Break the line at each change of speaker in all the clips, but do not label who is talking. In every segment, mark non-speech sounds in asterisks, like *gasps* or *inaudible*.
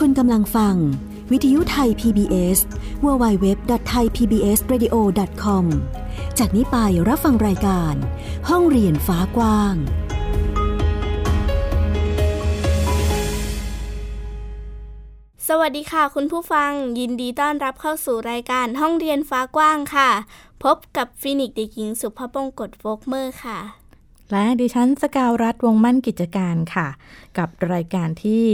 คุณกำลังฟัง วิทยุไทย PBS www.thaipbsradio.com จากนี้ไปรับฟังรายการ ห้องเรียนฟ้ากว้าง
สวัสดีค่ะ คุณผู้ฟังยินดีต้อนรับเข้าสู่รายการห้องเรียนฟ้ากว้างค่ะ พบกับฟินิกซ์เด็กหญิงสุภพงกตโฟกเมอร์ค่ะ
และดิฉันสกาวรัฐวงศ์มั่นกิจการค่ะ กับรายการที่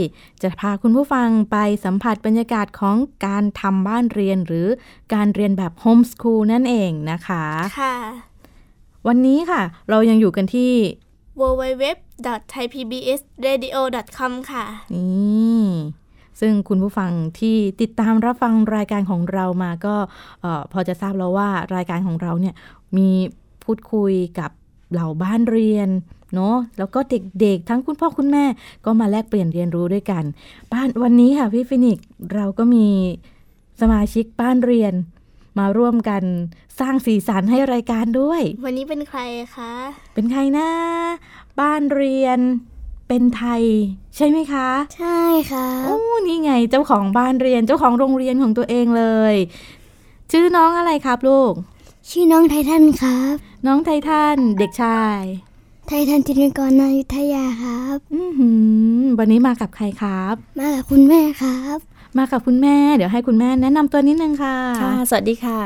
จะพาคุณผู้ฟังไปสัมผัสบรรยากาศของการทำบ้านเรียนหรือการเรียนแบบโฮมสคูลนั่นเองนะคะ
ค่ะ
วันนี้ค่ะ เรายังอยู่กันที่
www.thaipbsradio.com ค่ะ
นี่ซึ่งคุณผู้ฟังที่ติดตามรับฟังรายการของเรามาก็เอ่อพอจะทราบแล้วว่ารายการของเราเนี่ยมีพูดคุยกับเหล่าบ้านเรียนเนาะแล้วก็เด็กๆ ทั้งคุณพ่อคุณแม่ก็มาแลกเปลี่ยนเรียนรู้ด้วยกัน บ้านวันนี้ค่ะพี่ฟินิกซ์เราก็มีสมาชิกบ้านเรียน มาร่วมกันสร้างสีสันให้รายการด้วย
วันนี้เป็นใครคะ
เป็นใครนะบ้านเรียนเป็นไทย ใช่ไหมคะ
ใช่ค่ะ
โอ้นี่ไงเจ้าของบ้านเรียนเจ้าของโรงเรียนของตัวเองเลย ชื่อน้องอะไรครับลูก
ชื่อน้องไททันครับ
น้องไททันเด็กชาย
ไททันจินกรนายุทธยาครับ
อื้อหือวันนี้มากับใครครับ
มากับคุณแม่ครับ
มากับคุณแม่ เดี๋ยวให้คุณแม่แนะนำตัวนิดนึงค่ะ
ค่ะ สวัสดีค่ะ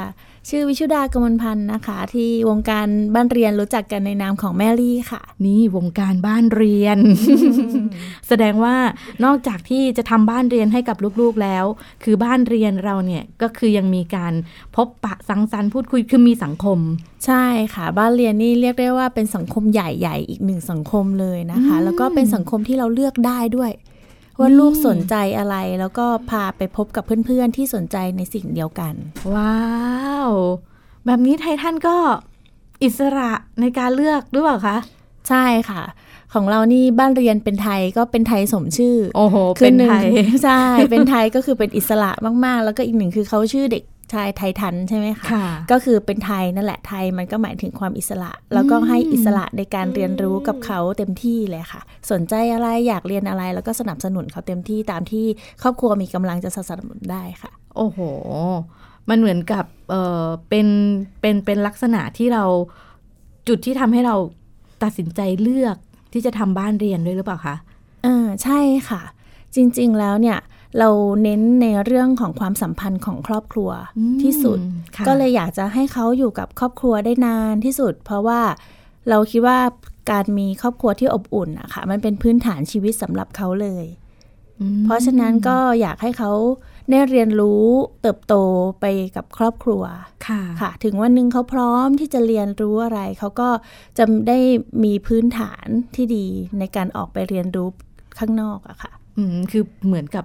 ชื่อวิชุดากมลพันธ์นะคะ ที่วงการบ้านเรียนรู้จักกันในนามของแม่ลี่ค่ะ
นี่วงการบ้านเรียน *laughs* แสดงว่านอกจากที่จะทำบ้านเรียนให้กับลูกๆแล้ว คือบ้านเรียนเราเนี่ยก็คือยังมีการพบปะสังสรรค์พูดคุยคือมีสังคม
ใช่ค่ะ บ้านเรียนนี่เรียกได้ว่าเป็นสังคมใหญ่ๆ อีกหนึ่งสังคมเลยนะคะ แล้วก็เป็นสังคมที่เราเลือกได้ด้วย ว่าลูกสนใจอะไรแล้วก็พาไปพบกับเพื่อนๆที่สนใจในสิ่งเดียวกัน
ว้าว แบบนี้ไททันก็อิสระในการเลือกหรือเปล่าคะ
ใช่ค่ะ ของเรานี่บ้านเรียนเป็นไทยก็เป็นไทยสมชื่อ
โอ้โห
คื
เป็น
อหนึ่ง
ไทย
ใช่ เป็นไทยก็คือเป็นอิสระมากๆ แล้วก็อีกหนึ่งคือเขาชื่อเด็กชายไทยทันใช่ไหมคะ
ค่ะ
ก็คือเป็นไทยนั่นแหละไทยมันก็หมายถึงความอิสระ แล้วก็ให้อิสระในการเรียนรู้กับเขาเต็มที่เลยค่ะ สนใจอะไรอยากเรียนอะไร แล้วก็สนับสนุนเขาเต็มที่ตามที่ครอบครัวมีกำลังจะสนับสนุนได้ค่ะ
โอ้โห มันเหมือนกับเออเป็นเป็นเป็นลักษณะที่เราจุดที่ทำให้เราตัดสินใจเลือกที่จะทำบ้านเรียนด้วยหรือเปล่าคะ
อ่าใช่ค่ะ จริงๆแล้วเนี่ยเราเน้นในเรื่องของความสัมพันธ์ของครอบครัว
อืม
ที่สุด
ค่ะ
ก็เลยอยากจะให้เขาอยู่กับครอบครัวได้นานที่สุด เพราะว่าเราคิดว่าการมีครอบครัวที่อบอุ่นอะค่ะมันเป็นพื้นฐานชีวิตสำหรับเขาเลย
อืม
เพราะฉะนั้นก็อยากให้เขาได้เรียนรู้เติบโตไปกับครอบครัว
ค่ะ
ค่ะถึงวันหนึ่งเขาพร้อมที่จะเรียนรู้อะไร เขาก็จะได้มีพื้นฐานที่ดีในการออกไปเรียนรู้ข้างนอกอะค่ะ
อืมคือเหมือนกับ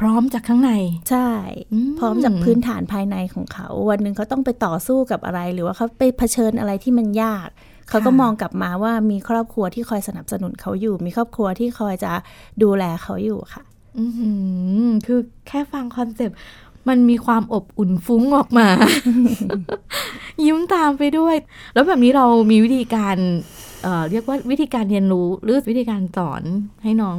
พร้อมจากข้างใน
ใช่
อืม
พร้อมจากพื้นฐานภายในของเขา วันหนึ่งเขาต้องไปต่อสู้กับอะไร หรือว่าเขาไปเผชิญอะไรที่มันยาก เขาก็มองกลับมาว่ามีครอบครัวที่คอยสนับสนุนเขาอยู่ มีครอบครัวที่คอยจะดูแลเขาอยู่ค่ะ
อื้อหือคือแค่ฟังคอนเซปต์มันมีความอบอุ่นฟุ้งออกมา *laughs* ยิ้มตามไปด้วย แล้วแบบนี้เรามีวิธีการเอ่อเรียกว่าวิธีการเรียนรู้หรือวิธีการสอนให้น้อง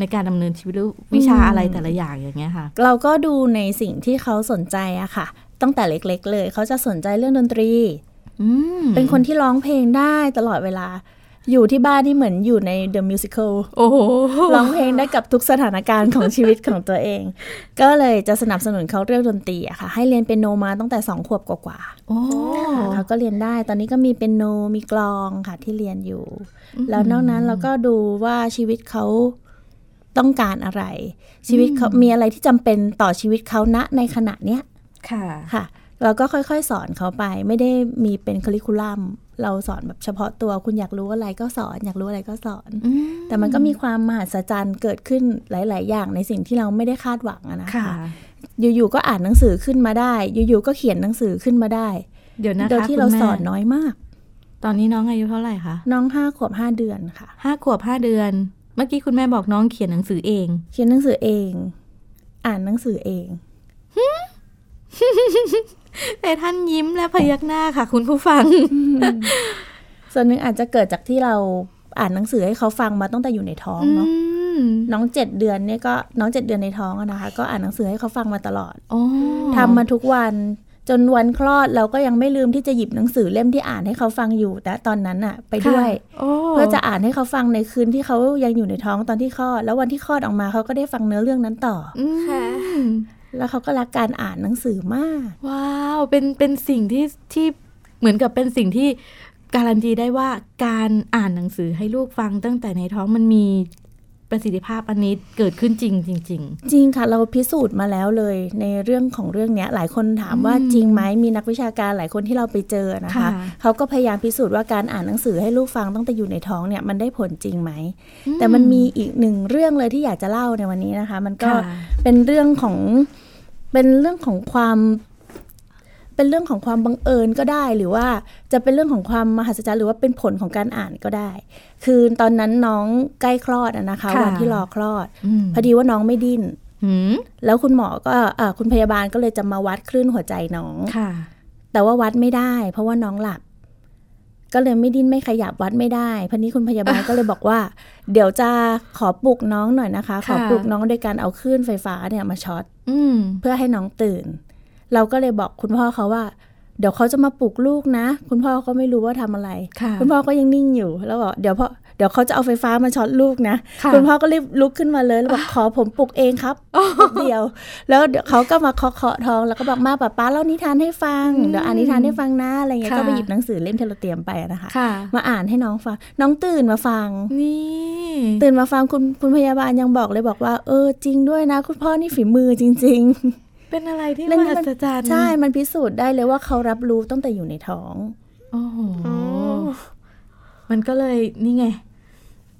ในการดำเนินชีวิตหรือวิชาอะไรแต่ละอย่างอย่างเงี้ยค่ะ
เราก็ดูในสิ่งที่เขาสนใจอะค่ะ ตั้งแต่เล็ก ๆ เลย เขาจะสนใจเรื่องดนตรี
อืม
เป็นคนที่ร้องเพลงได้ตลอดเวลา อยู่ที่บ้านนี่เหมือนอยู่ใน The Musical
โอ้โห
ร้องเพลงได้กับทุกสถานการณ์ของชีวิตของตัวเอง ก็เลยจะสนับสนุนเขาเรื่องดนตรีอะค่ะ ให้เรียนเปียโนมาตั้งแต่ 2 ขวบกว่า
โอ้
ๆค่ะเขาก็เรียนได้ ตอนนี้ก็มีเปียโน มีกลองค่ะที่เรียนอยู่ แล้วนอกนั้นเราก็ดูว่าชีวิตเขาต้องการอะไร ชีวิตเขามีอะไรที่จำเป็นต่อชีวิตเขาณในขณะเนี้ย
ค่ะ
ค่ะเราก็ค่อยๆ สอนเขาไปไม่ได้มีเป็นคริคูลัม เราสอนแบบเฉพาะตัวคุณอยากรู้อะไรก็สอน อยากรู้อะไรก็สอน แต่มันก็มีความมหัศจรรย์เกิดขึ้นหลาย ๆ อย่างในสิ่งที่เราไม่ได้คาดหวังอะนะ
ค่ะ
อยู่ๆก็อ่านหนังสือขึ้นมาได้ อยู่ๆก็เขียนหนังสือขึ้นมาได้
เดี๋ยวนะคะ
โดยที่เรา
คุณแม่
สอนน้อยมาก
ตอนนี้น้องอายุเท่าไหร่คะ
น้องห้าขวบห้าเดือนค่ะ
ห้าขวบห้าเดือน เมื่อกี้คุณแม่บอกน้องเขียนหนังสือเอง
เขียนหนังสือเอง อ่านหนังสือเอง
แต่ท่านยิ้มและพยักหน้าค่ะ คุณผู้ฟัง
ส่วนหนึ่งอาจจะเกิดจากที่เราอ่านหนังสือให้เขาฟังมาตั้งแต่อยู่ในท้องเนาะ
อืม
น้องเจ็ดเดือนเนี่ยก็น้องเจ็ดเดือนในท้องอะนะคะ ก็อ่านหนังสือให้เขาฟังมาตลอด
อ๋อ
ทำมาทุกวันจนวันคลอดเราก็ยังไม่ลืมที่จะหยิบหนังสือเล่มที่อ่านให้เขาฟังอยู่แต่ตอนนั้นอะไปด้วย
โอ้
เพื่อจะอ่านให้เขาฟังในคืนที่เขายังอยู่ในท้องตอนที่คลอด แล้ววันที่คลอดออกมาเขาก็ได้ฟังเนื้อเรื่องนั้นต่ออ
อืม
ค่ะ
แล้วเขาก็รักการอ่านหนังสือมาก
ว้าวเป็นเป็นสิ่งที่ที่เหมือนกับเป็นสิ่งที่การันตีได้ว่าการอ่านหนังสือให้ลูกฟังตั้งแต่ในท้องมันมีประสิทธิภาพอันนี้เกิดขึ้นจริงจริง
จริงค่ะ เราพิสูจน์มาแล้วเลยในเรื่องของเรื่องเนี้ย หลายคนถามว่า
อืม
จริงไหมมีนักวิชาการหลายคนที่เราไปเจอนะคะ
ค่ะ
เขาก็พยายามพิสูจน์ว่าการอ่านหนังสือให้ลูกฟังตั้งแต่อยู่ในท้องเนี่ยมันได้ผลจริงไหม
ๆ
แต่มันมีอีกหนึ่งเรื่องเลยที่อยากจะเล่าในวันนี้นะคะ มันก็
ค่ะ
เป็นเรื่องของเป็นเรื่องของความ เป็นเรื่องของความบังเอิญก็ได้ หรือว่าจะเป็นเรื่องของความมหัศจรรย์หรือว่าเป็นผลของการอ่านก็ได้ คือตอนนั้นน้องใกล้คลอดอะนะคะ วันที่รอคลอด
ม
พอดีว่าน้องไม่ดิ้น
หืม
แล้วคุณหมอก็อ่าคุณพยาบาลก็เลยจะมาวัดคลื่นหัวใจน้อง
ค่ะ
แต่ว่าวัดไม่ได้ เพราะว่าน้องหลับ ก็เลยไม่ดิ้นไม่ขยับวัดไม่ได้พันนี้คุณพยาบาลก็เลยบอกว่า *laughs* เดี๋ยวจะขอปลุกน้องหน่อยนะคะ ขอ
ค่ะ
ปลุกน้องโดยการเอาคลื่นไฟฟ้าเนี่ยมาช็อต
อืม
เพื่อให้น้องตื่น เราก็เลยบอกคุณพ่อเขาว่า เดี๋ยวเขาจะมาปลุกลูกนะ คุณพ่อก็ไม่รู้ว่าทำอะไร
ค่ะ
คุณพ่อก็ยังนิ่งอยู่ แล้วบอกเดี๋ยวพ่อเดี๋ยวเขาจะเอาไฟฟ้ามาช็อตลูกนะ
ค่ะ
คุณพ่อก็รีบลุกขึ้นมาเลยแล้วบอกขอผมปลุกเองครับแป๊บเดียว แล้วเดี๋ยวเขาก็มาเคาะเคาะท้องแล้วก็บอกมาป้าป้าเล่านิทานให้ฟัง เดี๋ยวอ่านนิทานให้ฟังนะอะไรเงี้ย
ค่ะ
ก็ไปหยิบหนังสือเล่มที่เราเตรียมไปอะนะคะ
ค่ะ
มาอ่านให้น้องฟัง น้องตื่นมาฟัง
นี่
ตื่นมาฟังคุณคุณพยาบาลยังบอกเลยบอกว่า เออจริงด้วยนะ คุณพ่อนี่ฝีมือจริง
เป็นอะไรที่
เรื่
ม
อง
หั
นี้มัน
ศจรรย์
ๆ ใช่ มันพิสูจน์ได้เลยว่าเขารับรู้ตั้งแต่อยู่ในท้อง
โอ้โห
โอ้
มันก็เลยนี่ไง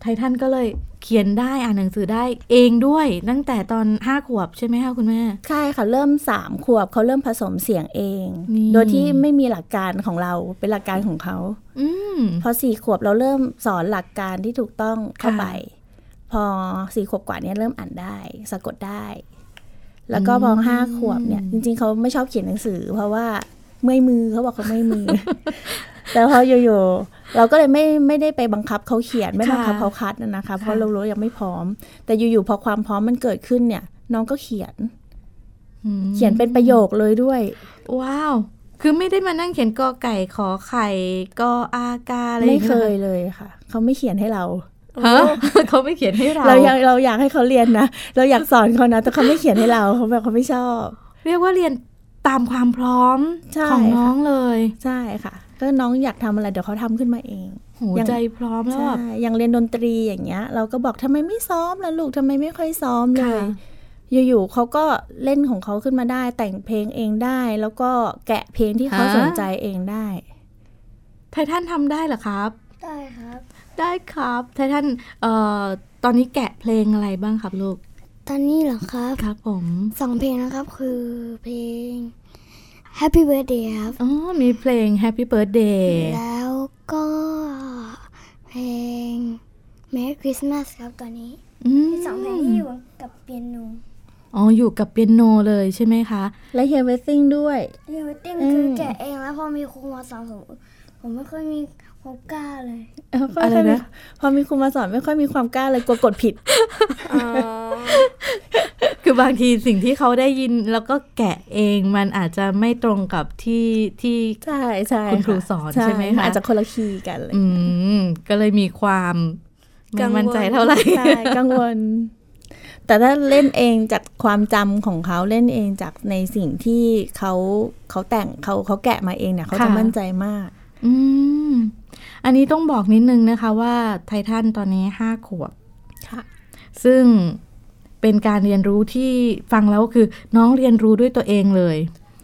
ไททันก็เลยเขียนได้อ่านหนังสือได้เองด้วย ตั้งแต่ตอนห้าขวบใช่ไหมคะคุณแม่
ใช่ค่ะ เริ่มสามขวบเขาเริ่มผสมเสียงเอง
นี่
โดยที่ไม่มีหลักการของเราเป็นหลักการของเขา
อืม
พอสี่ขวบเราเริ่มสอนหลักการที่ถูกต้องเข้าไป พอสี่ขวบกว่าเนี้เริ่มอ่านได้ สะกดได้ แล้วก็พออห้าขวบเนี่ย จริง ๆเขาไม่ชอบเขียนหนังสือ เพราะว่าเมื่อยมือเขาบอกเขาเมื่อย
*laughs*
มือ แต่พออยู่ๆเราก็เลยไม่ไม่ได้ไปบังคับเขาเขียนไม่
ค่ะ
บังคับเขาคัดนะนะคะ เพราะ
ค่ะ
เรารู้ว่ายังไม่พร้อม แต่อยู่ๆพอความพร้อมมันเกิดขึ้นเนี่ย น้องก็เขียน
อืม
เขียนเป็นประโยคเลยด้วย
ว้าว คือไม่ได้มานั่งเขียนกอไก่ขอไข่กออากาอะไรอาง
ไม่
งี้
เค
หรอย
เลยค่ะ เขาไม่เขียนให้เรา
ฮะ *laughs* เขาไม่เขียนให้เรา
เราอยากเราอยากให้เขาเรียนนะ เราอยากสอนเขานะ แต่เขาไม่เขียนให้เราเขาแบบเขาไม่ชอบ
เรียกว่าเรียนตามความพร้อม
ใช่
ของน้องเลย
ใช่ค่ะ ก็น้องอยากทำอะไรเดี๋ยวเขาทำขึ้นมาเอง
โหใจพร้อมแล้ว
ใช่
แบบ
อย่างเรียนดนตรีอย่างเงี้ย เราก็บอกทำไมไม่ซ้อมล่ะลูกทำไมไม่ค่อยซ้อมเล
ค่ะ
ย อยู่ๆเขาก็เล่นของเขาขึ้นมาได้ แต่งเพลงเองได้ แล้วก็แกะเพลงที่เขาสนใจเองได้
ไททันทำได้เหรอครับ
ได้ครับ
ได้ครับไททันเอ่อตอนนี้แกะเพลงอะไรบ้างครับลูก
ตอนนี้เหรอครับ
ครับผม
สองเพลงนะครับคือเพลง Happy Birthday ครับ
อ๋อมีเพลง Happy Birthday
แล้วก็เพลง Merry Christmas ครับตอนนี้
ม
สองเพลงที่อยู่กับเปียโน
อ๋อ อยู่กับเปียโนเลยใช่ไหมคะ
และเฮเวสซิ่งด้วย
เรียนติ้ง
อืม
คือแกะเองแล้วพอมีครูมาสอนผมผมไม่ค่อยมีความกล้าเลย
อะไรนะ
พอมีครูมาสอนไม่ค่อยมีความกล้าเลยกลัวกดผิด
อ๋อ
คือบางทีสิ่งที่เขาได้ยินแล้วก็แกะเองมันอาจจะไม่ตรงกับที่ที่
ใช่ใช่
คุณครู
ะ
สอนใช่ไหมคะ
อาจจะคนละคีย์กันเลย
อืม ก็เลยมีความไม่
กังวล
มั่นใจเท่าไหร่
ใช่กังวล แต่ถ้าเล่นเองจากความจำของเขาเล่นเองจากในสิ่งที่เขาเขาแต่งเขาเขาแกะมาเองเนี่ยเขาจะ
ค่ะ
มั่นใจมาก
อืม อันนี้ต้องบอกนิดนึงนะคะว่าไททันตอนนี้ห้าขวบ
ค่ะ
ซึ่งเป็นการเรียนรู้ที่ฟังแล้วคือน้องเรียนรู้ด้วยตัวเองเลย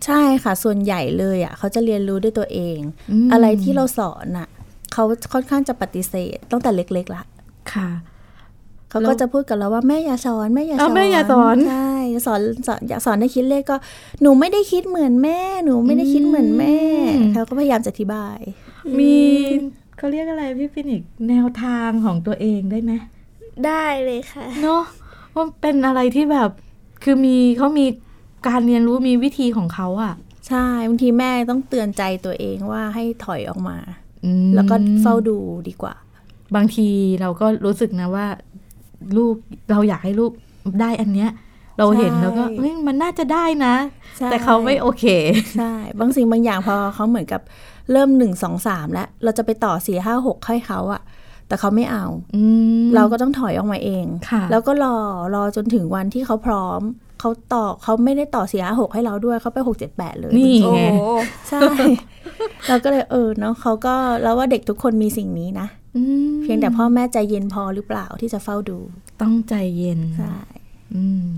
ใช่ค่ะ ส่วนใหญ่เลยอ่ะเขาจะเรียนรู้ด้วยตัวเอง
อืม
อะไรที่เราสอนอ่ะเขาค่อนข้างจะปฏิเสธตั้งแต่เล็กๆละ
ค่ะ
เขาก็จะพูดกับเราว่าแม่อย่าสอนแม่อย่าส
เอา
อน
แม่อย่าสอน
ใช่สอนสอนอยากสอนให้คิดเลขก็หนูไม่ได้คิดเหมือนแม่ หนูไม่ได้คิดเหมือนแม่เขาก็พยายามจะอธิบาย
มีเขาเรียกอะไรพี่ฟินิกซ์แนวทางของตัวเองได้ไหม
ได้เลยค่ะ
เนาะว่าเป็นอะไรที่แบบคือมีเขามีการเรียนรู้มีวิธีของเขาอะ
ใช่บางทีแม่ต้องเตือนใจตัวเองว่าให้ถอยออกมา
อืม
แล้วก็เฝ้าดูดีกว่า
บางทีเราก็รู้สึกนะว่า ลูกเราอยากให้ลูกได้อันเนี้ย เราเห็น
ใช่
แล้วก็เอ้ยมันน่าจะได้นะ
ใช่
แต่เขาไม่โอเค
ใช่บางสิ่งบางอย่างพอเขาเหมือนกับเริ่มหนึ่งสองสามแล้ว เราจะไปต่อสี่ห้าหกให้เขาอะแต่เขาไม่เอา
อืม
เราก็ต้องถอยออกมาเอง
ค่ะ
แล้วก็รอ รอจนถึงวันที่เขาพร้อม เขาต่อเขาไม่ได้ต่อเสียหกให้เราด้วย เขาไปหกเจ็ดแปดเลย
นี่
โอ้โห
ใช่ *laughs* เราก็เลยเออเนาะเขาก็เราว่าเด็กทุกคนมีสิ่งนี้นะ
อืม
เพียงแต่พ่อแม่ใจเย็นพอหรือเปล่าที่จะเฝ้าดู
ต้องใจเย็น
ใช่
อืม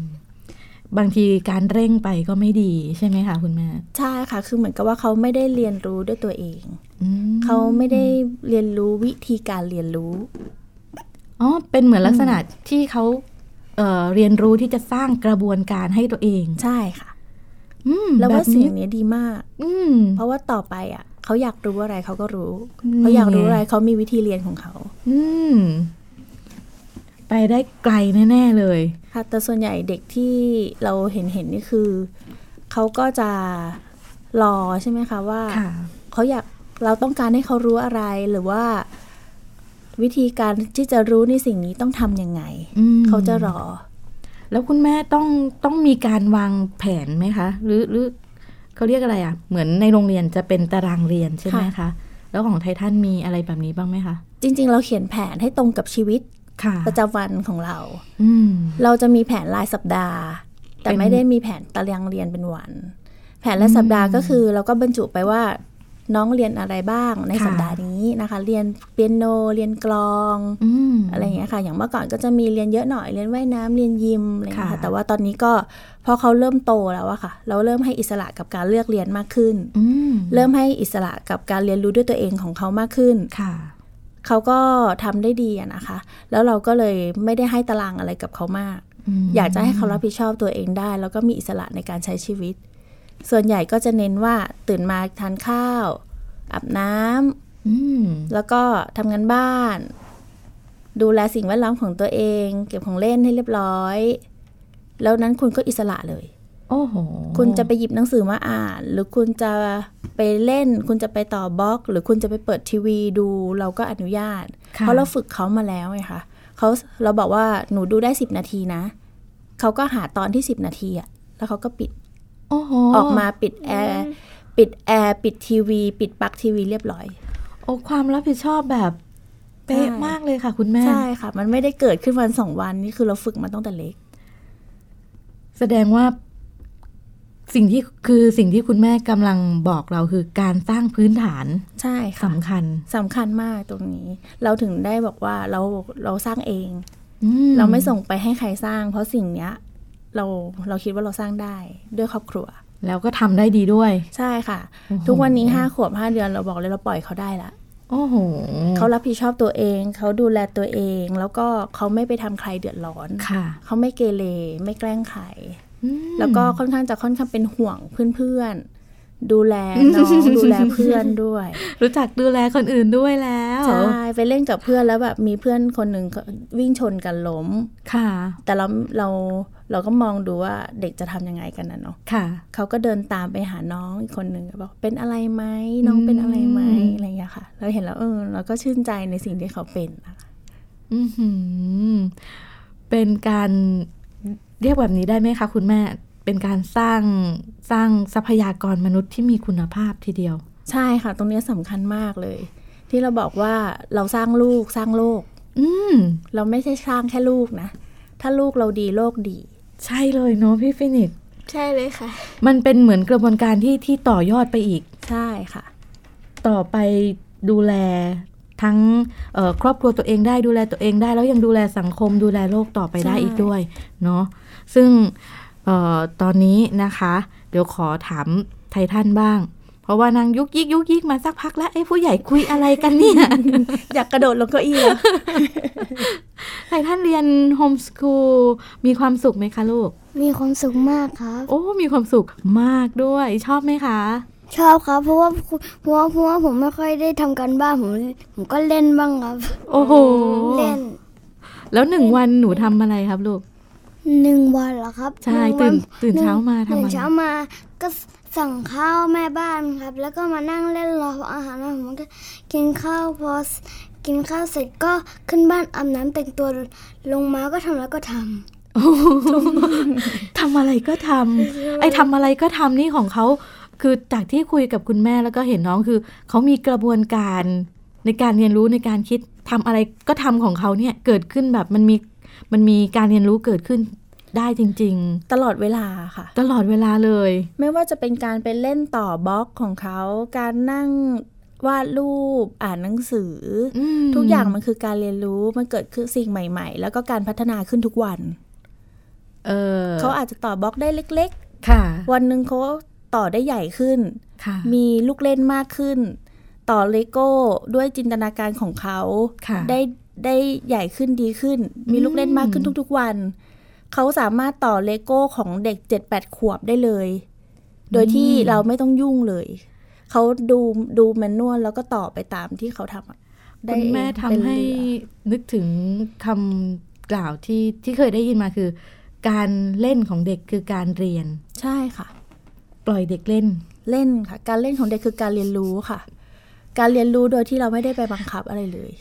บางทีการเร่งไปก็ไม่ดีใช่ไหมคะคุณแม่
ใช่ค่ะ คือเหมือนกับว่าเขาไม่ได้เรียนรู้ด้วยตัวเอง
อืม
เขาไม่ได้เรียนรู้วิธีการเรียนรู้
อ๋อเป็นเหมือนลักษณะที่เขาเอ่อเรียนรู้ที่จะสร้างกระบวนการให้ตัวเอง
ใช่ค่ะ
อืม
แล้วว่า
บบ
สิ่
นี้
งนี้ดีมาก
อืม
เพราะว่าต่อไปอ่ะ เขาอยากรู้อะไรเขาก็รู้
นี่
เขาอยากรู้อะไรเขามีวิธีเรียนของเขา
อืม ไปได้ไกลแน่ ๆ เลย
ค่ะแต่ส่วนใหญ่เด็กที่เราเห็นเห็นนี่คือ เขาก็จะรอใช่ไหมคะว่า
ค่ะ
เขาอยากเราต้องการให้เขารู้อะไรหรือว่า วิธีการที่จะรู้ในสิ่งนี้ต้องทำยังไง
อืม
เขาจะรอ
แล้วคุณแม่ต้องต้องมีการวางแผนไหมคะ หรือหรือเขาเรียกอะไรอะ่ะ เหมือนในโรงเรียนจะเป็นตารางเรียนใช่ไหมคะ แล้วของไททันมีอะไรแบบนี้บ้างไหมคะ
จริง ๆ เราเขียนแผนให้ตรงกับชีวิต
ค่ะ
ประจำวันของเรา
อืม
เราจะมีแผนรายสัปดาห์ แต่
เป็น
ไม่ได้มีแผนตารางเรียนเป็นวัน แผนรายสัปดาห์ก็คือ เราก็บรรจุไปว่าน้องเรียนอะไรบ้างในสัปดาห์นี้นะคะ เรียนเปียโนเรียนกลอง
อืม
อะไรอย่างเงี้ยค่ะ อย่างเมื่อก่อนก็จะมีเรียนเยอะหน่อย เรียนว่ายน้ำเรียนยิมอะไรอย่างเงี้ยค่ะ
ค่ะ
แต่ว่าตอนนี้ก็พอเขาเริ่มโตแล้วอะค่ะ เราเริ่มให้อิสระกับการเลือกเรียนมากขึ้น
อืม
เริ่มให้อิสระกับการเรียนรู้ด้วยตัวเองของเขามากขึ้น
ค่ะ
เขาก็ทำได้ดีอะนะคะ แล้วเราก็เลยไม่ได้ให้ตารางอะไรกับเขามาก
ม
อยากจะให้เขารับผิดชอบตัวเองได้ แล้วก็มีอิสระในการใช้ชีวิต ส่วนใหญ่ก็จะเน้นว่าตื่นมาทานข้าว อาบน้ำ
อืม
แล้วก็ทำงานบ้าน ดูแลสิ่งแวดล้อมของตัวเอง เก็บของเล่นให้เรียบร้อย แล้วนั้นคุณก็อิสระเลย
โอ้โห
คุณจะไปหยิบหนังสือมาอ่าน หรือคุณจะไปเล่น คุณจะไปต่อบล็อก หรือคุณจะไปเปิดทีวีดูเราก็อนุญาต
ค่
เพราะเราฝึกเขามาแล้วไงคะเขาเราบอกว่าหนูดูได้ 10 นาทีนะ เขาก็หาตอนที่ 10 นาทีอะแล้วเขาก็ปิด
โอ้โห
ออกมาปิดแอร์ปิดแอร์ปิดทีวี ปิดปลั๊กทีวีเรียบร้อย
โอ้ความรับผิดชอบแบบเป๊ะ
ใช่
มากเลยค่ะ คุณแม่
ใช่ค่ะ มันไม่ได้เกิดขึ้นวันสองวันนี่คือเราฝึกมาตั้งแต่เล็ก
แสดงว่าสิ่งที่คือสิ่งที่คุณแม่กำลังบอกเราคือการสร้างพื้นฐาน
ใช่ค่ะ
สำคัญ
สำคัญมากตรงนี้ เราถึงได้บอกว่าเราเราสร้างเอง
อื
เราไม่ส่งไปให้ใครสร้าง เพราะสิ่งเนี้ย เราเราคิดว่าเราสร้างได้ด้วยครอบครัว
แล้วก็ทำได้ดีด้วย
ใช่ค่ะ
โอ้โห
ทุกวันนี้ห้าขวบห้าเดือนเราบอกเลยเราปล่อยเขาได้ละ
โอ้โห
เขารับผิดชอบตัวเอง เขาดูแลตัวเอง แล้วก็เขาไม่ไปทำใครเดือดร้อน
ค่ะ
เขาไม่เกเรไม่แกล้งใคร
อืม
แล้วก็ค่อนข้างจะค่อนข้างเป็นห่วงเพื่อนๆ ดูแลน้
*laughs*
องดูแลเพื่อนด้วย
รู้จักดูแลคนอื่นด้วยแล้ว
ใช่ไปเล่นกับเพื่อนแล้วแบบมีเพื่อนคนหนึ่งก็วิ่งชนกันล้ม
ค่ะ
แต่เราเราเราก็มองดูว่าเด็กจะทำยังไงกันนะเนาะ
ค่ะ
เขาก็เดินตามไปหาน้องอีกคนหนึ่งบอกเป็นอะไรไหมน้องเป็นอะไรไหม
อืม
อะไรอย่างเงี้ยค่ะ เราเห็นแล้วเออเราก็ชื่นใจในสิ่งที่เขาเป็นนะคะ
อื้อหือเป็นการเรียกแบบนี้ได้ไหมคะคุณแม่ เป็นการสร้างสร้างทรัพยากรมนุษย์ที่มีคุณภาพทีเดียว
ใช่ค่ะ ตรงเนี้ยสำคัญมากเลย ที่เราบอกว่าเราสร้างลูกสร้างโลก
อืม
เราไม่ใช่สร้างแค่ลูกนะ ถ้าลูกเราดีโลกดี
ใช่เลยเนาะพี่ฟินิกซ์
ใช่เลยค่ะ
มันเป็นเหมือนกระบวนการที่ที่ต่อยอดไปอีก
ใช่ค่ะ
ต่อไปดูแลทั้งเอ่อครอบครัวตัวเองได้ดูแลตัวเองได้ แล้วยังดูแลสังคมดูแลโลกต่อไปได้
ใช่
อีกด้วยเนาะซึ่งเอ่อตอนนี้นะคะ เดี๋ยวขอถามไททันบ้าง เพราะว่านางยุกยิกยุกยิกมาสักพักแล้วไอ้ผู้ใหญ่คุยอะไรกันเนี่ย *laughs*
อยากกระโดดลงเก้าอี้อะ
ไททันเรียนโฮมสคูลมีความสุขไหมคะลูก
มีความสุขมากครับ
โอ้ มีความสุขมากด้วยชอบไหมคะ
ชอบครับ เพราะว่าคุณเพราะว่าเพราะว่าผมไม่ค่อยได้ทำการบ้านผมผมก็เล่นบ้างครับ
โอ้โห
เล่น
แล้วหนึ่งวันหนูทำอะไรครับลูก
หนึ่งวันเหรอครับ
ใช่
หงวั
ตื่นตื่นเช้ามาทำอะไร
ตื่นเช้ามาก็สั่งข้าวแม่บ้านครับ แล้วก็มานั่งเล่นรออาหารแล้วผมก็กินข้าวพอ กินข้าวเสร็จก็ขึ้นบ้านอาบน้ำแต่งตัวลงมาก็ทำแล้วก็ท
*laughs* ทำอะไรก็ทำไอ้ทำอะไรก็ทำนี่ของเขาคือจากที่คุยกับคุณแม่แล้วก็เห็นน้องคือเขามีกระบวนการในการเรียนรู้ในการคิดทำอะไรก็ทำของเขาเนี่ยเกิดขึ้นแบบมันมีมันมีการเรียนรู้เกิดขึ้นได้จริง
*laughs* ตลอดเวลาค่ะ
ๆ ตลอดเวลาเลย
ไม่ว่าจะเป็นการไปเล่นต่อบล็อกของเขา การนั่งวาดรูปอ่านหนังสืออ
อืม
ทุกอย่างมันคือการเรียนรู้มันเกิดขึ้นสิ่งใหม่ ๆ แล้วก็การพัฒนาขึ้นทุกวัน
เออ
เขาอาจจะต่อบล็อกได้เล็ก
ค่ะ
ๆ วันหนึ่งเขาต่อได้ใหญ่ขึ้น
ค่ะ
มีลูกเล่นมากขึ้น ต่อเลโก้ด้วยจินตนาการของเขา
ค่ะ
ได้ได้ใหญ่ขึ้นดีขึ้น มีลูกเล่นมากขึ้นทุกๆวัน เขาสามารถต่อเลโก้ของเด็ก 7-8 ขวบได้เลย โดยที่เราไม่ต้องยุ่งเลย เขาดูดูแมนนวลแล้วก็ต่อไปตามที่เขาทำอะได้
คุณ
เอง
แม่ทำ
เป็นเรือ
ให้นึกถึงคำกล่าวที่ที่เคยได้ยินมาคือ การเล่นของเด็กคือการเรียน
ใช่ค่ะ
ปล่อยเด็กเล่น
เล่นค่ะ การเล่นของเด็กคือการเรียนรู้ค่ะ การเรียนรู้โดยที่เราไม่ได้ไปบังคับอะไรเลย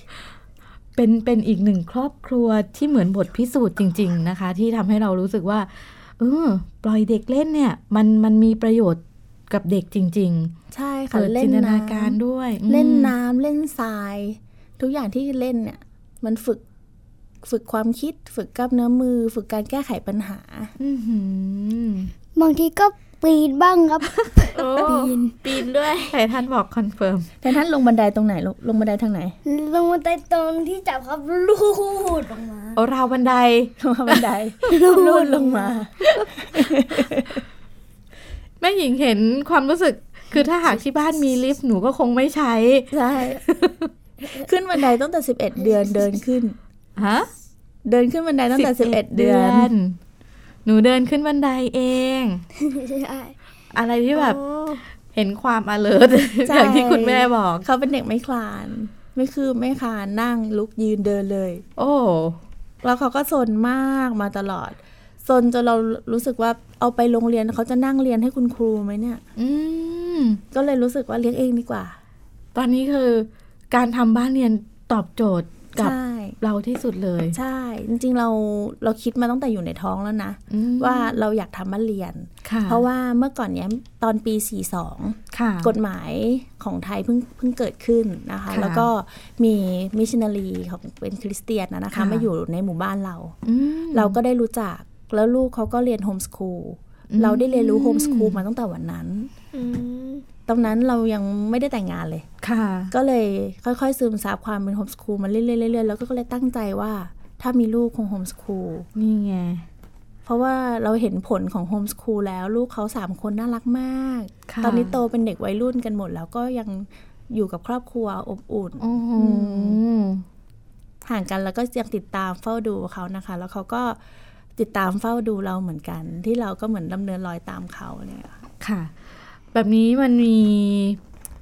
เป็นเป็นอีกหนึ่งครอบครัวที่เหมือนบทพิสูจน์จริง ๆนะคะ ที่ทำให้เรารู้สึกว่าเออปล่อยเด็กเล่นเนี่ย มันมันมีประโยชน์กับเด็กจริง
ใช่
ๆ
ค่ะ
เกิด
เล่
จิ
น
นตนา
น้ำ
การด้วยอืม
เล่นน้ำเล่นทราย ทุกอย่างที่เล่นเนี่ย มันฝึกฝึกความคิด ฝึกกล้ามเนื้อมือ ฝึกการแก้ไขปัญหา
อื้อหือ
ำบางทีก็ปีนบ้าง
*laughs*
ครับ
โอ้ปีนด้วย
แต่ท่านบอกคอนเฟิร์ม
แทนท่านลงบันไดตรงไหนลงลงบันไดทางไหน
ลงมาใต้ตรงที่จับครับลูดออกมา
โอราวบันได
*laughs* ลงมาบันไดลูดลงมา
แม่หญิงเห็นความรู้สึก คือถ้าหากที่บ้านมีลิฟต์หนูก็คงไม่ใช้
ใช่ ขึ้นบันไดตั้งแต่สิบเอ็ดเดือนเดินขึ้น
ฮะ
เดินขึ้นบันไดตั้งแต่สิบเอ็ดเดือน
หนูเดินขึ้นบันไดเอง
ใช่
อะไรที่แบบ เห็นความ alert
ใช่
อย่างที่คุณแม่บอก
เขาเป็นเด็กไม่คลาน ไม่คือไม่คลานนั่งลุกยืนเดินเลย
โอ้
แล้วเขาก็สนมากมาตลอดสนจนเรารู้สึกว่าเอาไปโรงเรียนเขาจะนั่งเรียนให้คุณครูไหมเนี่ย
อืม
ก็เลยรู้สึกว่าเลี้ยงเองดีกว่า
ตอนนี้คือการทำบ้านเรียนตอบโจทย์กับ
ใช่
เราที่สุดเลย
ใช่ จริงๆเราเราคิดมาตั้งแต่อยู่ในท้องแล้วนะ
อืม
ว่าเราอยากทำบ้านเรียน
ค่ะ
เพราะว่าเมื่อก่อนเนี้ยตอนปี 42
ค่ะ
กฎหมายของไทยเพิ่งเพิ่งเกิดขึ้นนะคะ
ค่ะ
แล้วก็มีมิชชันนารีของเป็นคริสเตียนนะนะคะ
ค่ะ
มาอยู่ในหมู่บ้านเรา
อืม
เราก็ได้รู้จักแล้วลูกเขาก็เรียนโฮมสคูล
อืม
เราได้เรียนรู้โฮมสคูลมาตั้งแต่วันนั้น ตอนนั้นเรายังไม่ได้แต่งงานเลย
ค่ะ
ก็เลยค่อยๆ ซึมซับความเป็นโฮมสคูลมาเรื่อยๆเรื่อยๆแล้วก็เลยตั้งใจว่าถ้ามีลูกคงโฮมสคูล
นี่ไง
เพราะว่าเราเห็นผลของโฮมสคูลแล้วลูกเขาสามคนน่ารักมาก
ค่ะ
ตอนนี้โตเป็นเด็กวัยรุ่นกันหมดแล้วก็ยังอยู่กับครอบครัวอบอุ่น
โอ้โห
ห่างกันแล้วก็ยังติดตามเฝ้าดูเขานะคะ แล้วเขาก็ติดตามเฝ้าดูเราเหมือนกัน ที่เราก็เหมือนดำเนินรอยตามเขาเนี่ยค่ะ
ค่ะ แบบนี้มันมี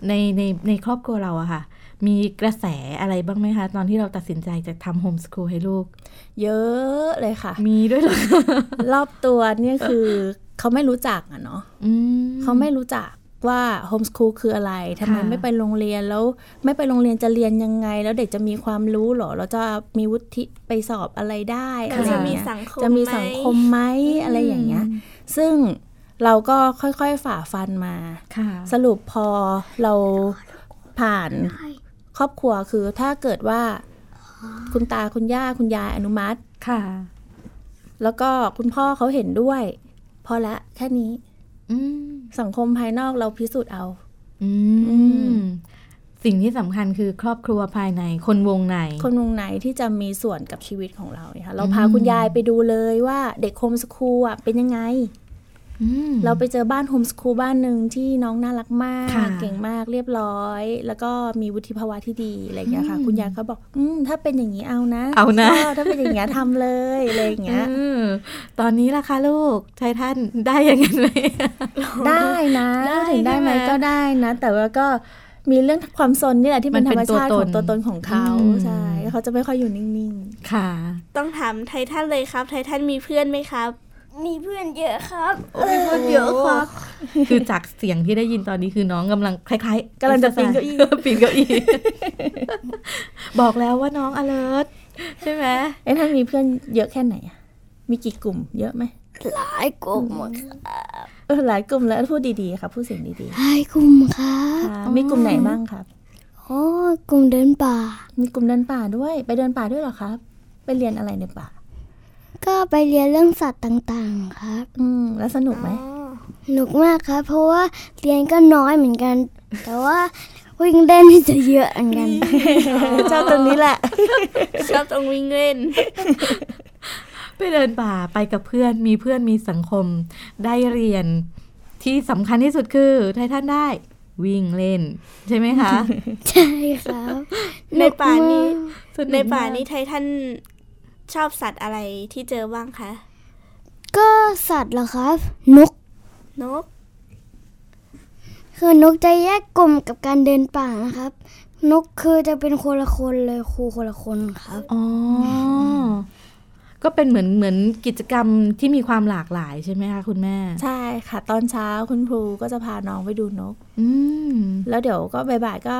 ในในในครอบครัวเราอะค่ะ มีกระแสอะไรบ้างไหมคะ ตอนที่เราตัดสินใจจะทำโฮมสคูลให้ลูก
เยอะเลยค่ะ *laughs*
มีด้วยเหรอ
รอบตัวเนี่ยคือเขาไม่รู้จักอะเนาะ
อืม
เขาไม่รู้จักว่าโฮมสคูลคืออะไรทำไม
ค่ะ
ไม่ไปโรงเรียนแล้วไม่ไปโรงเรียนจะเรียนยังไง แล้วเด็กจะมีความรู้เหรอ เราจะมีวุฒิไปสอบอะไรได้
แต่
อะไร
จะ
อย่าง
มี
เงี้ย
สังคม
จะมีสังคมไหมอะไรอย่างเงี้ย ซึ่งเราก็ค่อยๆฝ่าฟันมา
ค่ะ
สรุปพอเราผ่านครอบครัวคือถ้าเกิดว่าคุณตาคุณย่าคุณยายอนุมัติ
ค่ะ
แล้วก็คุณพ่อเขาเห็นด้วย พอละแค่นี้
อืม
สังคมภายนอกเราพิสูจน์เอา
อืม สิ่งที่สำคัญคือครอบครัวภายในคนวงใน
คนวงในที่จะมีส่วนกับชีวิตของเราเนี่ยค่ะเรา
อืม
พาคุณยายไปดูเลยว่าเด็กโฮมสคูลอ่ะเป็นยังไง
อืม
เราไปเจอบ้านโฮมสคูลบ้านหนึ่งที่น้องน่ารักมาก
ค่ะ
เก่งมากเรียบร้อย แล้วก็มีวุฒิภาวะที่ดีอะไรอย่างเงี้ยค่ะ คุณยายก็บอกอืมถ้าเป็นอย่างนี้เอานะ
เอานะ
พ่ถ้าเป็นอย่างเงี้ยทำเลยอะไรอย่างเงี้ย
เออตอนนี้ล่ะคะลูกใช้ท่านได้อย่างนั้นไหม
ได้นะ
ได้
ถึงได้ไหม
ใช่ไหม
ก็ได้นะ แต่ว่าก็มีเรื่องความสนนี่แหละที่เป็
มั
น
น
ธร
เป็น
รมชาติ
ตัวต
ข
น
องตัวตนของเขา
อืม
ใช่เขาจะไม่ค่อยอยู่นิ่ง
ค่ะ
ต้องถามไททันเลยครับ ไททันมีเพื่อนไหมครับ
*laughs* มีเพื่อนเยอะครับ
โอ้ยพูดเยอะค่ะคือจากเสียงที่ได้ยินตอนนี้คือน้องกำลังคล้ายๆ
กำลังจะปีนเก้าอี้
ปีนเก้าอี้ บอกแล้วว่าน้อง alert ใช่ไหม
เอ้ท่านมีเพื่อนเยอะแค่ไหนอะมีกี่กลุ่มเยอะไหม
หลายกลุ่มครับ
เออหลายกลุ่มแล้วพูดดีๆค่ะพูดเสียงดี
หลายกลุ่มครับ
ๆค่ะมีกลุ่มไหนบ้างครับ
อ๋อกลุ่มเดินป่า
มีกลุ่มเดินป่าด้วย ไปเดินป่าด้วยเหรอครับ ไปเรียนอะไรในป่า
ก็ไปเรียนเรื่องสัตว์ต่างๆครับ
อืม แล้วสนุกไหม
สนุกมากครับ เพราะว่าเรียนก็น้อยเหมือนกัน แต่ว่าวิ่งเล่นนี่จะเยอะเหมือนกัน
ชอบตรงนี้แหละ
*laughs* ชอบตรงวิ่งเล่ *laughs* น
ไปเดินป่าไปกับเพื่อนมีเพื่อนมีสังคม ได้เรียน ที่สำคัญที่สุดคือไททันได้ วิ่งเล่น ใช่ไหมคะ
*laughs*
ใช่ครับ
ในป่านี้
สกมก
ในป่านี้ไททันชอบสัตว์อะไรที่เจอบ้างคะ
ก็สัตว์เหรอครับ นก
นก
คือนกจะแยกกลุ่มกับการเดินป่านะครับ นกคือจะเป็นคนละคนเลยครูคนละคนครับ
อ๋ออก็เป็นเหมือนเหมือนกิจกรรมที่มีความหลากหลายใช่ไหมคะคุณแม่
ใช่ค่ะ ตอนเช้าคุณครูก็จะพาน้องไปดูนก
อืม
แล้วเดี๋ยวก็บ่ายๆก็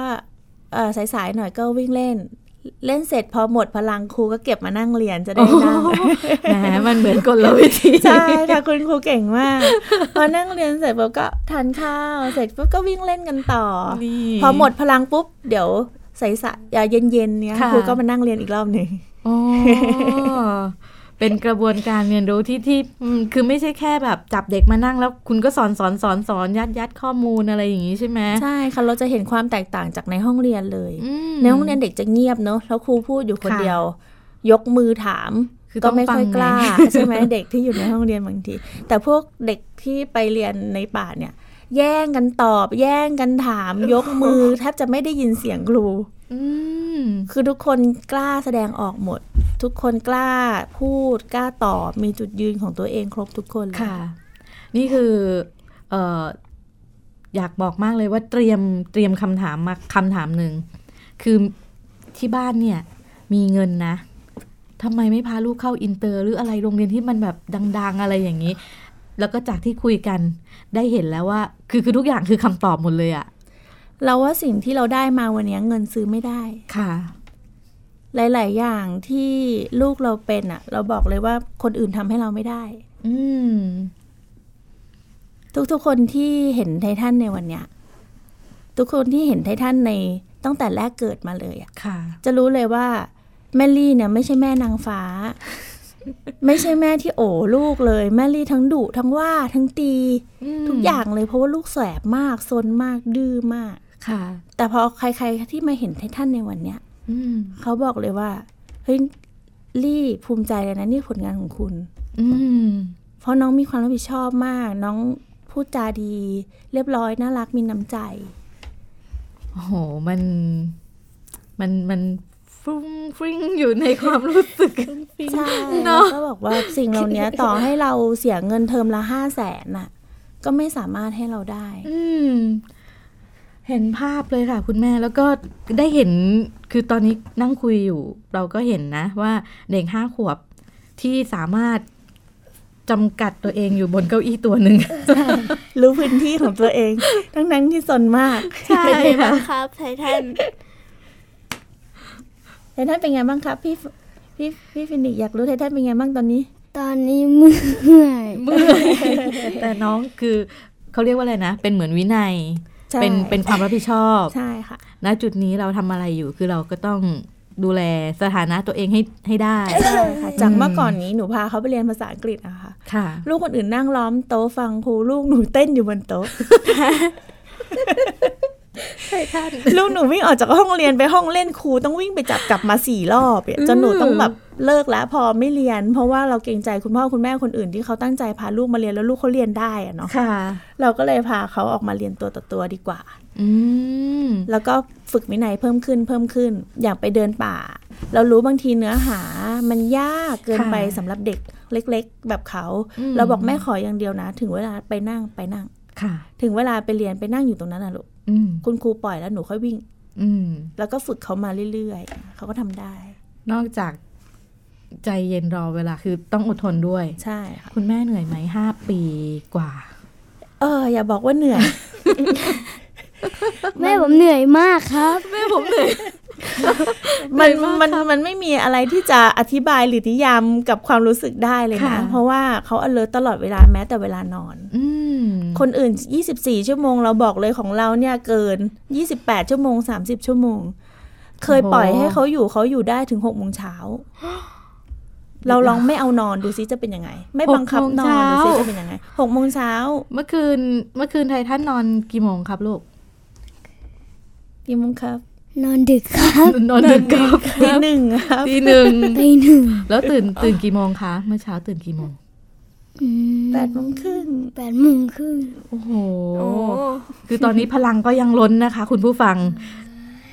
เอ่อสายๆหน่อยก็วิ่งเล่น เล่นเสร็จพอหมดพลังครูก็เก็บมานั่งเรียนจะได้นั่ง
*laughs* แหมมันเหมือนกลวิธี
ใช่ค่ะคุณครูเก่งมาก พอนั่งเรียนเสร็จปุ๊บก็ทานข้าว เสร็จปุ๊บก็วิ่งเล่นกันต่อ
นี่
พอหมดพลังปุ๊บ เดี๋ยวใส่สะเย็นเย็นๆเนี่ยครูก็มานั่งเรียนอีกรอบหนึ่ง
อ๋อเป็นกระบวนการเรียนรู้ที่ที่อืมคือไม่ใช่แค่แบบจับเด็กมานั่งแล้วคุณก็สอนสอนสอนสอนยัดยัดข้อมูลอะไรอย่างนี้ใช่ไหม
ใช่ค่ะเราจะเห็นความแตกต่างจากในห้องเรียนเลย
อืม
ในห้องเรียนเด็กจะเงียบเนอะแล้วครูพูดอยู่คน
ค่ะ
เดียว ยกมือถาม
คือต้
ก็
อง
ไม่ค่อย
ฟังไง
กล้า *laughs* ใช่ไหมเด็กที่อยู่ในห้องเรียนบางที แต่พวกเด็กที่ไปเรียนในป่าเนี่ย แย่งกันตอบ แย่งกัน
*laughs*
ถาม ยกมือแทบจะไม่ได้ยินเสียงครู
อืม
คือทุกคนกล้าแสดงออกหมด ทุกคนกล้าพูดกล้าตอบมีจุดยืนของตัวเองครบทุกคนเลย
ค่ะ นี่คือเอ่ออยากบอกมากเลยว่าเตรียมเตรียมคำถามมาคำถามหนึ่งคือที่บ้านเนี่ย มีเงินนะทำไมไม่พาลูกเข้าอินเตอร์ หรืออะไรโรงเรียนที่มันแบบดัง ๆ อะไรอย่างนี้ แล้วก็จากที่คุยกันได้เห็นแล้วว่า คือคือทุกอย่างคือคำตอบหมดเลยอะ
เราว่าสิ่งที่เราได้มาวันเนี้ยเงินซื้อไม่ได้
ค่ะ
หลาย ๆ อย่างที่ลูกเราเป็นอะเราบอกเลยว่าคนอื่นทำให้เราไม่ได้
อืม
ทุกๆ คนที่เห็นไททันในวันเนี้ยทุกคนที่เห็นไททันในตั้งแต่แรกเกิดมาเลยอะ
ค่ะ
จะรู้เลยว่าแมรี่เนี่ยไม่ใช่แม่นางฟ้า ไม่ใช่แม่ที่โอ้ลูกเลย แมรี่ทั้งดุทั้งว่าทั้งตี ทุกอย่างเลยเพราะว่าลูกแสบมากซนมากดื้อมาก
ค่ะ
แต่พอใครๆที่มาเห็นไททันในวันเนี้ย
อืม
เขาบอกเลยว่าเฮ้ยลี่ภูมิใจเลยนะนี่ผลงานของคุณ
อืม
เพราะน้องมีความรับผิดชอบมาก น้องพูดจาดี เรียบร้อยน่ารักมีน้ำใจ
โอ้โห มัน มัน มันฟรุ้งฟริ้งอยู่ในความรู้สึก
ใช่
เนอะ
ก็บอกว่าสิ่งเหล่านี้ต่อให้เราเสียเงินเทอมละห้าแสนน่ะ ก็ไม่สามารถให้เราได้
อืม เห็นภาพเลยค่ะ คุณแม่ แล้วก็ได้เห็น คือตอนนี้นั่งคุยอยู่ เราก็เห็นนะ ว่าเด็กห้าขวบที่สามารถจำกัดตัวเองอยู่บนเก้าอี้ตัวหนึ่ง *laughs*
รู้พื้นที่ของตัวเอง *laughs* ทั้งนั้นที่ซนมาก
ใช่เป็นไงบ้างครับไททัน
ไททันเป็นไงบ้างครับพี่พี่พี่ฟินิกซ์อยากรู้ไททันเป็นไงบ้างตอนนี้
ตอนนี้เมื่อย
เมื่อยแต่น้องคือเขาเรียกว่าอะไรนะ เป็นเหมือนวินัย
ใช่
เป็น เป็นความรับผิดชอบ
ใช่ค่ะ
ณจุดนี้เราทำอะไรอยู่คือเราก็ต้องดูแลสถานะตัวเองให้ให้ได้
ใช่ค่ะ จากเมื่อก่อนนี้หนูพาเขาไปเรียนภาษาอังกฤษนะคะ
ค่ะ
ลูกคนอื่นนั่งล้อมโต๊ะฟังครูลูกหนูเต้นอยู่บนโต๊ะ ลูกหนูวิ่งออกจากห้องเรียนไปห้องเล่นครูต้องวิ่งไปจับกลับมาสี่รอบเนี่ยจนหนูต้องแบบเลิกแล้วพอไม่เรียน เพราะว่าเราเกรงใจคุณพ่อคุณแม่คนอื่นที่เขาตั้งใจพาลูกมาเรียนแล้วลูกเขาเรียนได้อะเนาะ
ค่ะ
เราก็เลยพาเขาออกมาเรียนตัวต่อตัวดีกว่า
อืม
แล้วก็ฝึกวินัยเพิ่มขึ้นเพิ่มขึ้น อยากไปเดินป่า เรารู้บางทีเนื้อหามันยากเกินไป
ค่ะ
สำหรับเด็กเล็ก ๆ แบบเขา
อืม
เราบอกแม่ขออย่างเดียวนะ ถึงเวลาไปนั่งไปนั่ง
ค่ะ
ถึงเวลาไปเรียนไปนั่งอยู่ตรงนั้นนะลูก
อืม
คุณครูปล่อยแล้วหนูค่อยวิ่ง
อืม
แล้วก็ฝึกเขามาเรื่อยๆเขาก็ทำได้
นอกจาก ใจเย็นรอเวลาคือต้องอดทนด้วย
ใช่ค่ะ
คุณแม่เหนื่อยไหมห้าปีกว่า
เอออย่าบอกว่าเหนื่อย
*laughs*
แม่ผมเหนื่อยมากครับ
แม่ผมเหนื่อยเห
มัน
นื่อยมาก
มัน
ครับ
มันไม่มีอะไรที่จะอธิบายหรือนิยามกับความรู้สึกได้เลยนะ
ค่ะ
เพราะว่าเขา alert ตลอดเวลาแม้แต่เวลานอน
อืม
คนอื่น 24 ชั่วโมงเราบอกเลยของเราเนี่ยเกิน 28 ชั่วโมง 30 ชั่วโมง เคยปล่อยให้เขาอยู่เขาอยู่ได้ถึง6โมงเช้ *gasps* า เราลองไม่เอานอนดูซิจะเป็นยังไง ไม่บังคับนอนดูซิจะเป็นยังไงหกโมงเช้า
เมื่อคืนเมื่อคืนไททันนอนกี่โมงครับลูก
กี่โมงครับ
นอนดึกครับ
นอนดึกครับ
ตีหนึ่งครับ
ตีหนึ่ง
ไปหนึ่ง
แล้วตื่นตื่นกี่โมงคะ เมื่อเช้าตื่นกี่โมง
อืม
แปดโมงครึ่ง
แปดโมงครึ่ง
โอ้โห
โอ้
คือตอนนี้พลังก็ยังล้นนะคะ คุณผู้ฟัง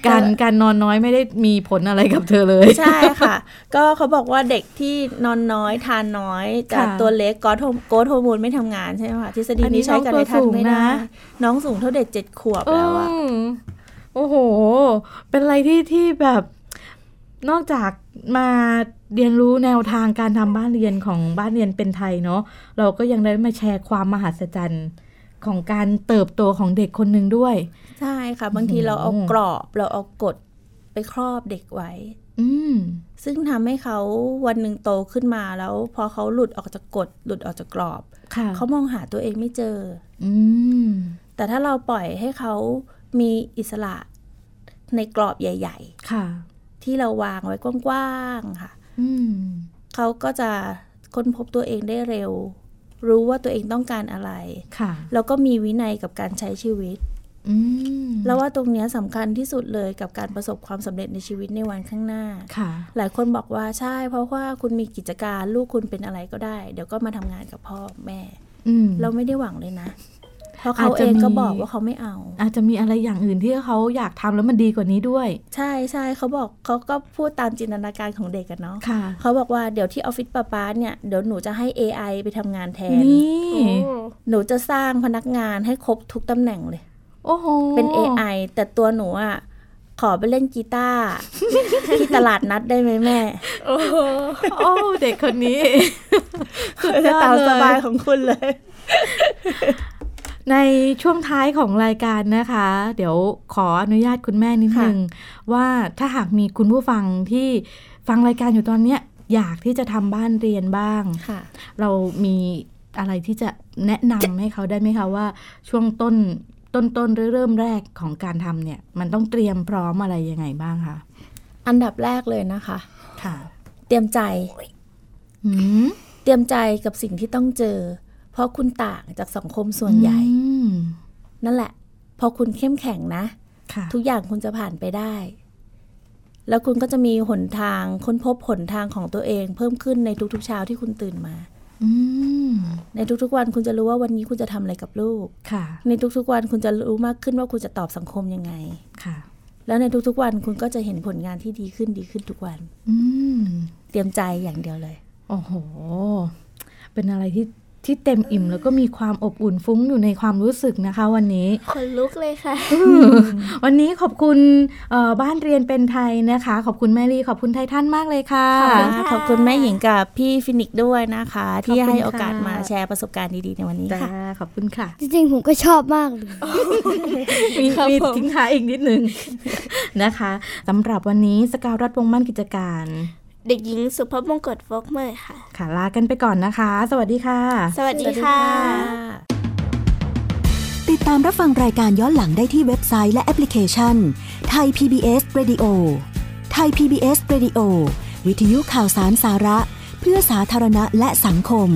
การการนอนน้อยไม่ได้มีผลอะไรกับเธอเลย
ใช่ค่ะ ก็เขาบอกว่าเด็กที่นอนน้อยทานน้อยแต่
ค่ะ
ตัวเล็กกอโทโกดโฮอร์โมนไม่ทำงานใช่ไหมคะทฤษฎี
อันนี้
นี้ใช้กันใน
น้องตัวสูง
ท่านไม่ได้
นะ
น้องสูงเท่าเด็กเจ็ดขวบแล้วอะ
อืมโอ้โห เป็นอะไรที่ที่แบบนอกจากมาเรียนรู้แนวทางการทำบ้านเรียนของบ้านเรียนเป็นไทยเนาะเราก็ยังได้มาแชร์ความมหัศจรรย์ของการเติบโตของเด็กคนหนึ่งด้วย
ใช่ค่ะ บางที
โอ้โห
เราเอากรอบเราเอากฎไปครอบเด็กไว้
อืม
ซึ่งทำให้เขาวันหนึ่งโตขึ้นมาแล้ว พอเขาหลุดออกจากกฎหลุดออกจากกรอบ
ค่ะ
เขามองหาตัวเองไม่เจอ
อืม
แต่ถ้าเราปล่อยให้เขามีอิสระในกรอบใหญ่
ค่ะ
ๆ ที่เราวางไว้กว้างๆค่ะ
อืม
เขาก็จะค้นพบตัวเองได้เร็ว รู้ว่าตัวเองต้องการอะไร
ค่ะ
แล้วก็มีวินัยกับการใช้ชีวิต
อืม
แล้วว่าตรงเนี้ยสำคัญที่สุดเลยกับการประสบความสำเร็จในชีวิตในวันข้างหน้า
ค่ะ
หลายคนบอกว่าใช่ เพราะว่าคุณมีกิจการลูกคุณเป็นอะไรก็ได้ เดี๋ยวก็มาทำงานกับพ่อแม่
อืม
เราไม่ได้หวังเลยนะ เพราะ
อา
เขา
จ
เอ
จะ
งก็
มี
บอกว่าเขาไม่เอา
อาจจะมีอะไรอย่างอื่นที่เขาอยากทำแล้วมันดีกว่านี้ด้วย
ใช่ใช่เขาบอกเขาก็พูดตามจินตนาการของเด็กกันเนาะ
ค่ะ
เขาบอกว่าเดี๋ยวที่ออฟฟิศป้าป้าเนี่ยเดี๋ยวหนูจะให้ AI ไปทำงานแทน
นี่
โอ้
หนูจะสร้างพนักงานให้ครบทุกตำแหน่งเลย
โอ้โห
เป็น AI แต่ตัวหนูอ่ะ ขอไปเล่นกีตาร์ *laughs* ที่ตลาดนัดได้ไหมแม่
โอ้โห
โอ้เด็กคนนี้ สุดย
จะ
อด
ตาม
เลย
สบายของคุณเลย
ในช่วงท้ายของรายการนะคะ เดี๋ยวขออนุญาตคุณแม่นิดนึง ว่าถ้าหากมีคุณผู้ฟังที่ฟังรายการอยู่ตอนเนี้ย อยากที่จะทำบ้านเรียนบ้าง
ค่ะ
เรามีอะไรที่จะแนะนำให้เขาได้ไหมคะว่า ช่วงต้นต้นต้นเริ่มแรกของการทำเนี่ย มันต้องเตรียมพร้อมอะไรยังไงบ้างคะ
อันดับแรกเลยนะคะ
ค่ะ
เตรียมใจ
อืม
เตรียมใจกับสิ่งที่ต้องเจอ เพราะคุณต่างจากสังคมส่วนใหญ่
อืม
นั่นแหละ พอคุณเข้มแข็งนะ
ค่ะ
ทุกอย่างคุณจะผ่านไปได้ แล้วคุณก็จะมีหนทางค้นพบหนทางของตัวเอง เพิ่มขึ้นในทุกๆเช้าที่คุณตื่นมา
อืม
ในทุกๆวันคุณจะรู้ว่าวันนี้คุณจะทำอะไรกับลูก
ค่ะ
ในทุกๆวันคุณจะรู้มากขึ้นว่าคุณจะตอบสังคมยังไง
ค่ะ
แล้วในทุกๆวันคุณก็จะเห็นผลงานที่ดีขึ้นดีขึ้นทุกวัน
อืม
เตรียมใจอย่างเดียวเลย
โอ้โห เป็นอะไรที่ที่เต็มอิ่มแล้วก็มีความอบอุ่นฟุ้งอยู่ในความรู้สึกนะคะวันนี้
ขนลุกเลย *laughs* ค่ะ
วันนี้ขอบคุณเอ่อบ้านเรียนเป็นไทยนะคะ ขอบคุณแม่ลี่ขอบคุณไททันมากเลยค่ะ
ขอบคุณแม่หญิงกับพี่ฟินิกซ์ด้วยนะคะ ที่
ขอบคุณ
ให้โอกาส
ค่ะ
มาแชร์ประสบการณ์ดีๆในวันนี้
จ้า
ค่ะ
ขอบคุณค่ะ
จริงๆผมก็ชอบมากเลย
มี
ครับ
มี
ผม
ทิ้งท้ายอีกนิดนึง นะคะสำหรับวันนี้สกาวรัฐวงศ์มั่นกิจการ
เด็กหญิงสุภพมงกตฟกเมอร์ค่ะ
ค่ะลากันไปก่อนนะคะ สวัสดีค่ะ
สวัสดีค่ะ
ติดตามรับฟังรายการย้อนหลังได้ที่เว็บไซต์และแอปพลิเคชันไทย PBS Radio ไทย PBS Radio วิทยุข่าวสารสาระ เพื่อสาธารณะและสังคม